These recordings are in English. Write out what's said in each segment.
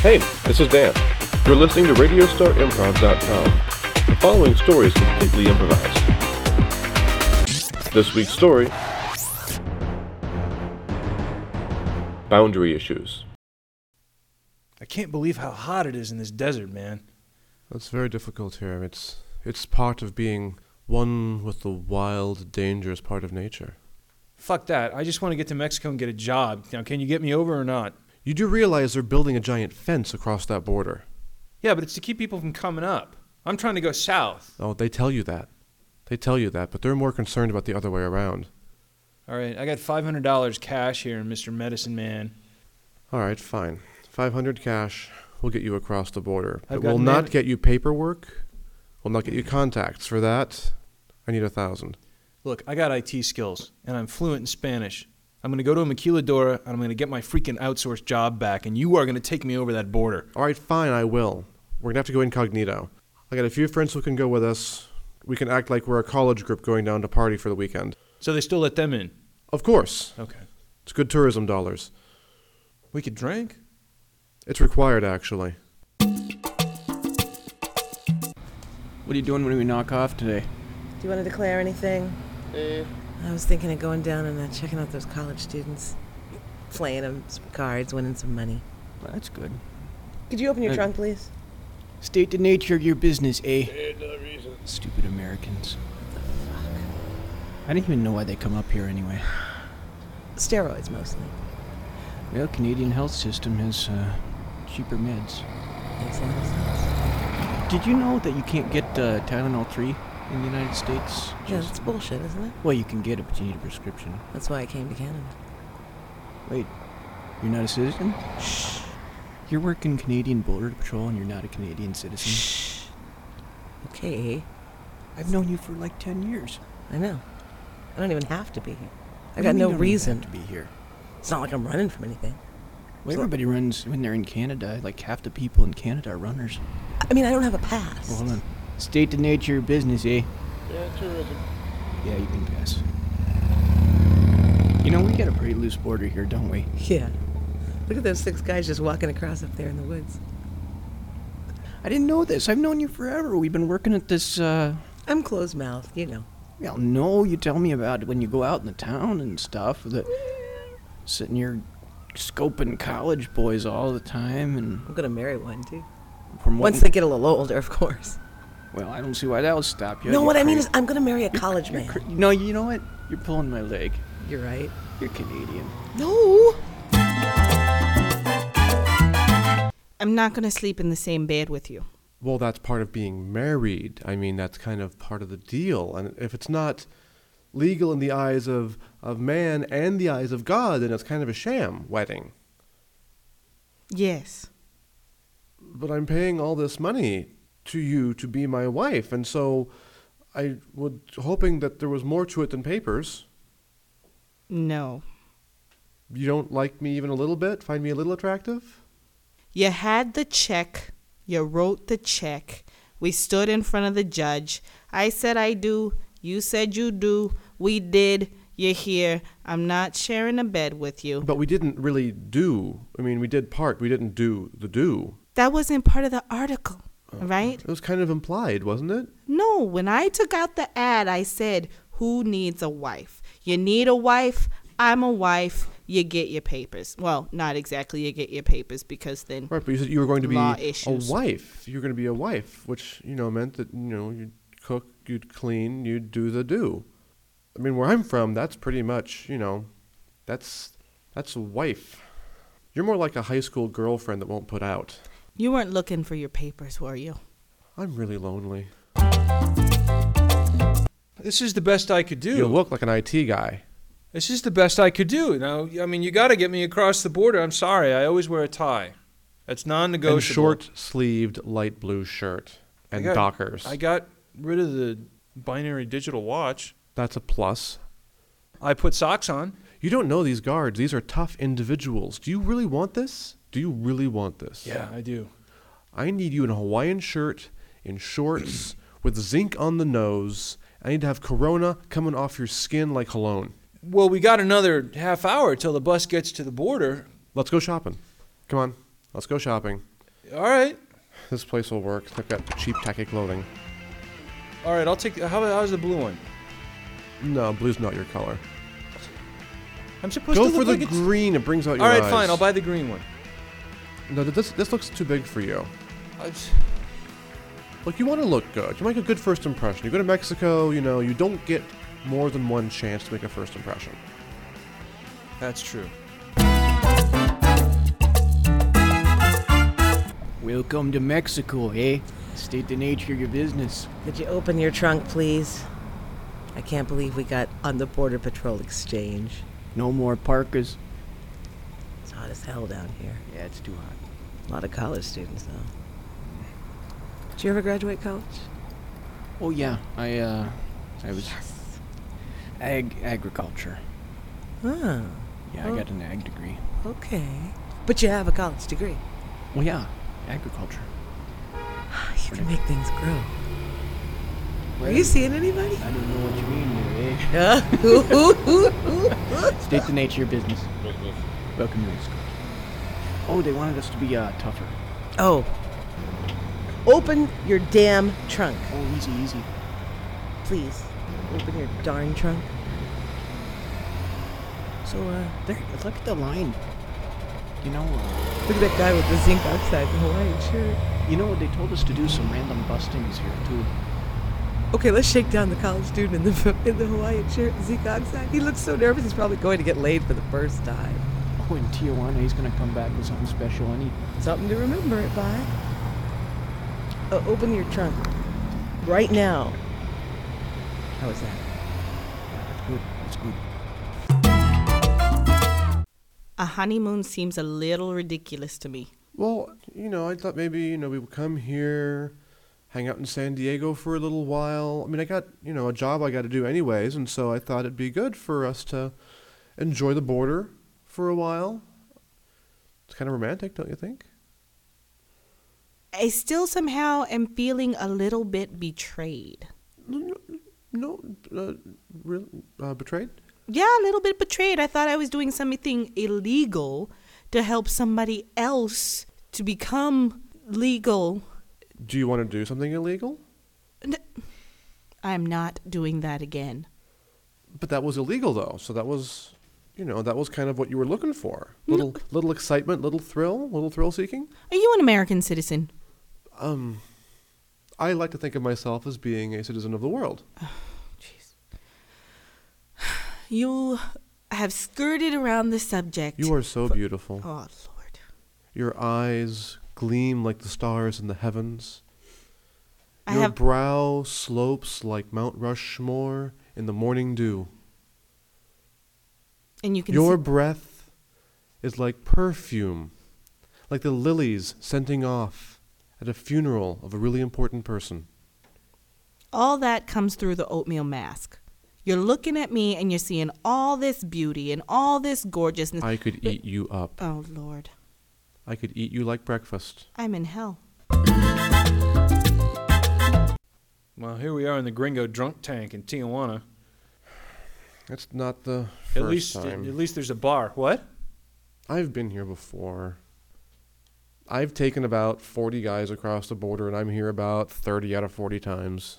Hey, this is Dan. You're listening to RadioStarImprov.com. The following story is completely improvised. This week's story Boundary Issues. I can't believe how hot it is in this desert, man. It's very difficult here. It's it's part of being one with the wild, dangerous part of nature. Fuck that. I just want to get to Mexico and get a job. Now, can you get me over or not? You do realize they're building a giant fence across that border. Yeah, but it's to keep people from coming up. I'm trying to go south. Oh, they tell you that. They tell you that, but they're more concerned about the other way around. All right, I got $500 cash here, Mr. Medicine Man. All right, fine. 500 cash will get you across the border. I've It got will an not ad- get you paperwork. Will not get you contacts. For that, I need a thousand. Look, I got IT skills, and I'm fluent in Spanish. I'm going to go to a maquiladora, and I'm going to get my freaking outsourced job back, and you are going to take me over that border. All right, fine, I will. We're gonna have to go incognito. I got a few friends who can go with us. We can act like we're a college group going down to party for the weekend. So they still let them in. Of course, Okay. it's good tourism dollars. We could drink? It's required, actually. What are you doing when we knock off today? Do you want to declare anything? Eh. I was thinking of going down and uh, checking out those college students, playing them some cards, winning some money. Well, that's good. Could you open your Uh, trunk, please? State the nature of your business, eh? Stupid Americans. I didn't even know why they come up here anyway. Steroids mostly. Well, Canadian health system has uh, cheaper meds. Makes a lot of sense. Did you know that you can't get uh, Tylenol 3 in the United States? Yeah, that's bullshit, isn't it? well, you can get it, but you need a prescription. That's why I came to Canada. Wait, you're not a citizen? Shh. You're working Canadian Border Patrol and you're not a Canadian citizen. Shh. Okay, I've known you for like 10 years. I know. I don't even have to be here. I What do you got mean no you don't even have reason. to be here. It's not like I'm running from anything. Well, So- everybody runs when they're in Canada. Like half the people in Canada are runners. I mean, I don't have a pass. Well, hold on. State the nature of your business, eh? Yeah, tourism. Yeah, you can pass. You know, we got a pretty loose border here, don't we? Yeah. Look at those six guys just walking across up there in the woods. I didn't know this. I've known you forever. We've been working at this, uh. I'm closed mouthed, you know. Well, no, you tell me about it when you go out in the town and stuff. The, sitting here scoping college boys all the time and I'm gonna marry one too. from what. Once they get a little older, of course. well, I don't see why that would stop you. no, You're what I mean cra- is, I'm gonna marry a college you're man. cra- No, you know what? You're pulling my leg. You're right. You're Canadian. No. I'm not going to sleep in the same bed with you. Well, that's part of being married. I mean, that's kind of part of the deal. And if it's not legal in the eyes of, of man and the eyes of God, then it's kind of a sham wedding. Yes. But I'm paying all this money to you to be my wife, and so I was hoping that there was more to it than papers. No. You don't like me even a little bit? Find me a little attractive? You had the check. You wrote the check. We stood in front of the judge. I said I do. You said you do. We did. You're here. I'm not sharing a bed with you. But we didn't really do. I mean, we did part. We didn't do the do. That wasn't part of the article, right? It was kind of implied, wasn't it? No, when I took out the ad, I said, Who needs a wife? You need a wife. I'm a wife. You get your papers. Well, not exactly you get your papers because then Right, but you said you were going to be Law a issues. wife. You're going to be a wife, which you know meant that you know you'd cook, you'd clean, you'd do the do. I mean, where I'm from, that's pretty much you know, that's that's a wife. You're more like a high school girlfriend that won't put out. you weren't looking for your papers, were you? I'm really lonely. This is the best I could do. You look like an IT guy. This is the best I could do. Now, I mean, you got to get me across the border. I'm sorry. I always wear a tie. That's non-negotiable. And short-sleeved light blue shirt I and got- Dockers. I got rid of the binary digital watch. that's a plus. I put socks on. You don't know these guards. These are tough individuals. Do you really want this? Do you really want this? I do. I need you in a Hawaiian shirt, in shorts, with zinc on the nose. I need to have corona coming off your skin like cologne. Well, we got another half hour till the bus gets to the border. Let's go shopping. Come on, let's go shopping. All right. This place will work. They've got cheap, tacky clothing. All right. I'll take. How about how's the blue one? No, blue's not your color. I'm supposed to Go look for the like it's- green. It brings out your All right, eyes. fine. I'll buy the green one. No, th- this this looks too big for you. I s- Like you want to look good. You make a good first impression. You go to Mexico. You know you don't get more than one chance to make a first impression. That's true. Welcome to Mexico, eh? State the nature of your business. Could you open your trunk, please? I can't believe we got on the Border Patrol exchange. No more parkas. It's hot as hell down here. Yeah, it's too hot. A lot of college students, though. Did you ever graduate college? Oh yeah, I uh, I was ag agriculture. Oh, Yeah, Oh. I got an ag degree. okay. But you have a college degree. Well, Oh, yeah, agriculture. You can make things grow. Are Well, you seeing anybody? I don't know what you mean there, eh? State the nature of your business. Welcome to Mexico. Oh, they wanted us to be uh, tougher. oh. Open your damn trunk, Oh, easy, easy. please. Open your darn trunk. So, uh, there, look at the line. You know, uh, Look at that guy with the zinc oxide and Hawaiian shirt. you know what they told us to do? Some random bustings here too. Okay, let's shake down the college student in the in the Hawaiian shirt, Zeke oxide. He looks so nervous. He's probably going to get laid for the first time. Oh, in Tijuana, he's gonna come back with something special, and he. Something to remember it by. Uh, open your trunk right now. How was that? Good, it's good. A honeymoon seems a little ridiculous to me. Well, you know, I thought maybe, you know, we would come here, hang out in San Diego for a little while. I mean, I got, you know, a job I got to do anyways, and so I thought it'd be good for us to enjoy the border for a while. It's kind of romantic, don't you think? I still somehow am feeling a little bit betrayed. No, uh, real, uh, betrayed? Yeah, a little bit betrayed. I thought I was doing something illegal to help somebody else to become legal. Do you want to do something illegal? N- I'm not doing that again. But that was illegal, though, so that was, you know, that was kind of what you were looking for. Mm. Little, little excitement, little thrill, little thrill seeking. Are you an American citizen? Um, I like to think of myself as being a citizen of the world. Jeez. You have skirted around the subject. You are so beautiful. Oh, Lord. Your eyes gleam like the stars in the heavens. I Your have- brow slopes like Mount Rushmore in the morning dew. And you can Your see- breath is like perfume, like the lilies scenting off at a funeral of a really important person. all that comes through the oatmeal mask. You're looking at me and you're seeing all this beauty and all this gorgeousness. I could eat you up. Oh, Lord. I could eat you like breakfast. I'm in hell. Well, here we are in the Gringo drunk tank in Tijuana. That's not the first At least, time. at least there's a bar. What? I've been here before. I've taken about 40 guys across the border, and I'm here about 30 out of 40 times.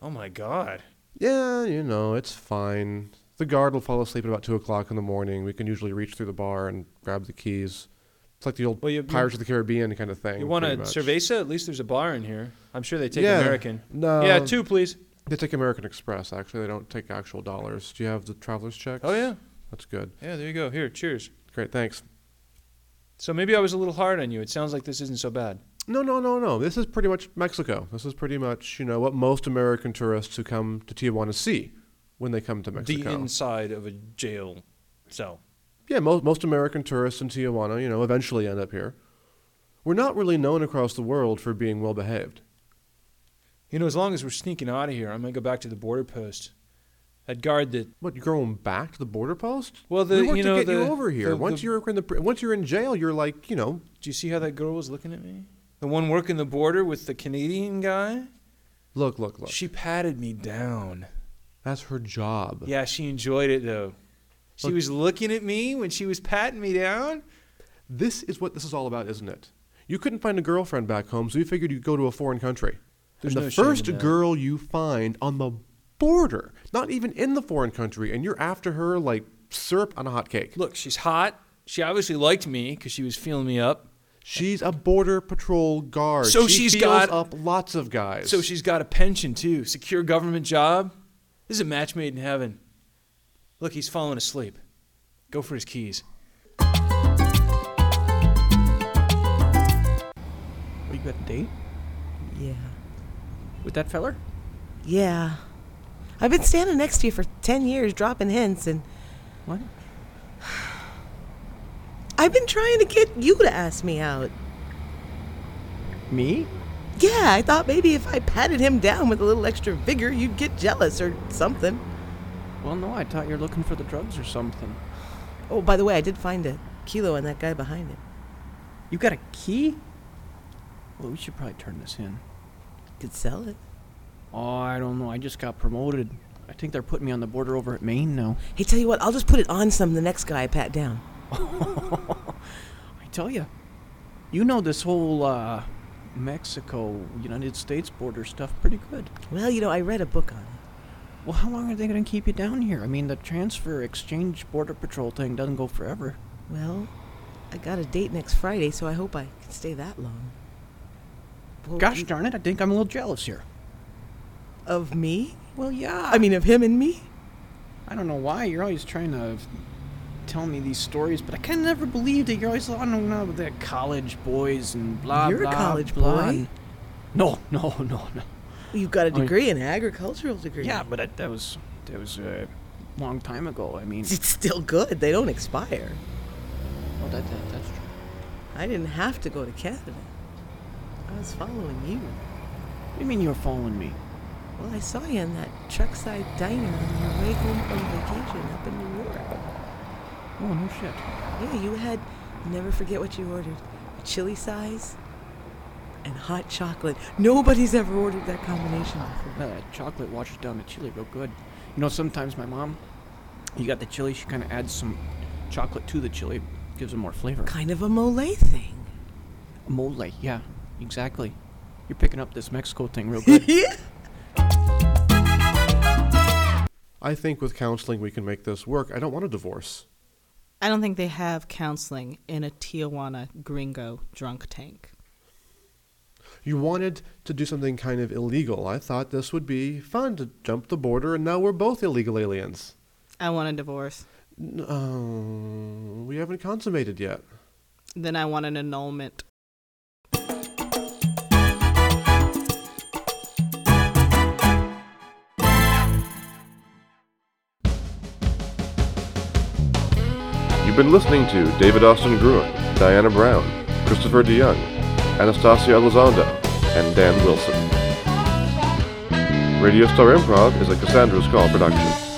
Oh my God. Yeah, you know, it's fine. The guard will fall asleep at about 2 o'clock in the morning. We can usually reach through the bar and grab the keys. It's like the old Well, you- you- Pirates of the Caribbean kind of thing. You want a pretty much. cerveza? At least there's a bar in here. I'm sure they take Yeah. American. No. Yeah, two, please. They take American Express, actually. They don't take actual dollars. Do you have the traveler's checks? Oh yeah. That's good. Yeah, there you go. Here, cheers. Great, thanks. So maybe I was a little hard on you. It sounds like this isn't so bad. No, no, no, no. This is pretty much Mexico. This is pretty much, you know, what most American tourists who come to Tijuana see when they come to Mexico. The inside of a jail cell. yeah, most most American tourists in Tijuana, you know, eventually end up here. We're not really known across the world for being well behaved. You know, as long as we're sneaking out of here, I'm gonna go back to the border post. That guard that What you're going back to the border post? Well, the- we worked you know, to get you the- over here. the- once the- you're in the pr- once you're in jail, you're like, you know, Do you see how that girl was looking at me? The one working the border with the Canadian guy? look, look, look. She patted me down. That's her job. Yeah, she enjoyed it though. She Look- was looking at me when she was patting me down. This is what this is all about, isn't it? You couldn't find a girlfriend back home, so you figured you'd go to a foreign country. There's and the no shame in first that. girl you find on the border, not even in the foreign country, and you're after her like syrup on a hot cake. Look, she's hot. She obviously liked me because she was feeling me up. She's a border patrol guard. So she she's feels got- up lots of guys. So she's got a pension too, secure government job. This is a match made in heaven. Look, he's falling asleep. Go for his keys. Oh, you got a date Yeah. with that feller? Yeah. I've been standing next to you for 10 years dropping hints, and What? I've been trying to get you to ask me out. Me? Yeah, I thought maybe if I patted him down with a little extra vigor, you'd get jealous or something. Well, no, I thought you were looking for the drugs or something. Oh, by the way, I did find a kilo and that guy behind it. You got a key? Well, we should probably turn this in. Could sell it. Oh, I don't know. I just got promoted. I think they're putting me on the border over at Maine now. Hey, tell you what, I'll just put it on some the next guy I pat down. I tell you, you know this whole uh, Mexico United States border stuff pretty good. Well, you know, I read a book on it. Well, how long are they going to keep you down here? I mean, the transfer exchange border patrol thing doesn't go forever. Well, I got a date next Friday, so I hope I can stay that long. Well, Gosh darn it, I think I'm a little jealous here. Of me? Well, yeah. I mean, of him and me? I don't know why you're always trying to tell me these stories, but I kind of never believed it. You're always on and on with the college boys and blah You're a blah. college blah, boy. and- No, no, no, no. You've got a mean- degree, an agricultural degree. Yeah, but that, that was that was a long time ago. I mean, It's still good. They don't expire. well, oh, that, that, that's true. I didn't have to go to Canada. I was following you. What do you mean you were following me? Well, I saw you in that truckside diner on your way home from vacation up in New York. Oh no shit. Yeah, you had, never forget what you ordered, a chili size and hot chocolate. Nobody's ever ordered that combination before. Uh, chocolate washes down the chili real good. You know, sometimes my mom, you got the chili, she kind of adds some chocolate to the chili, gives it more flavor. Kind of a mole thing. Mole, yeah, exactly. You're picking up this Mexico thing real good. I think with counseling we can make this work. I don't want a divorce. I don't think they have counseling in a Tijuana gringo drunk tank. You wanted to do something kind of illegal. I thought this would be fun to jump the border, and now we're both illegal aliens. I want a divorce. No, we haven't consummated yet. Then I want an annulment. You've been listening to David Austin Gruen, Diana Brown, Christopher DeYoung, Anastasia Elizondo, and Dan Wilson. Radio Star Improv is a Cassandra's Call production.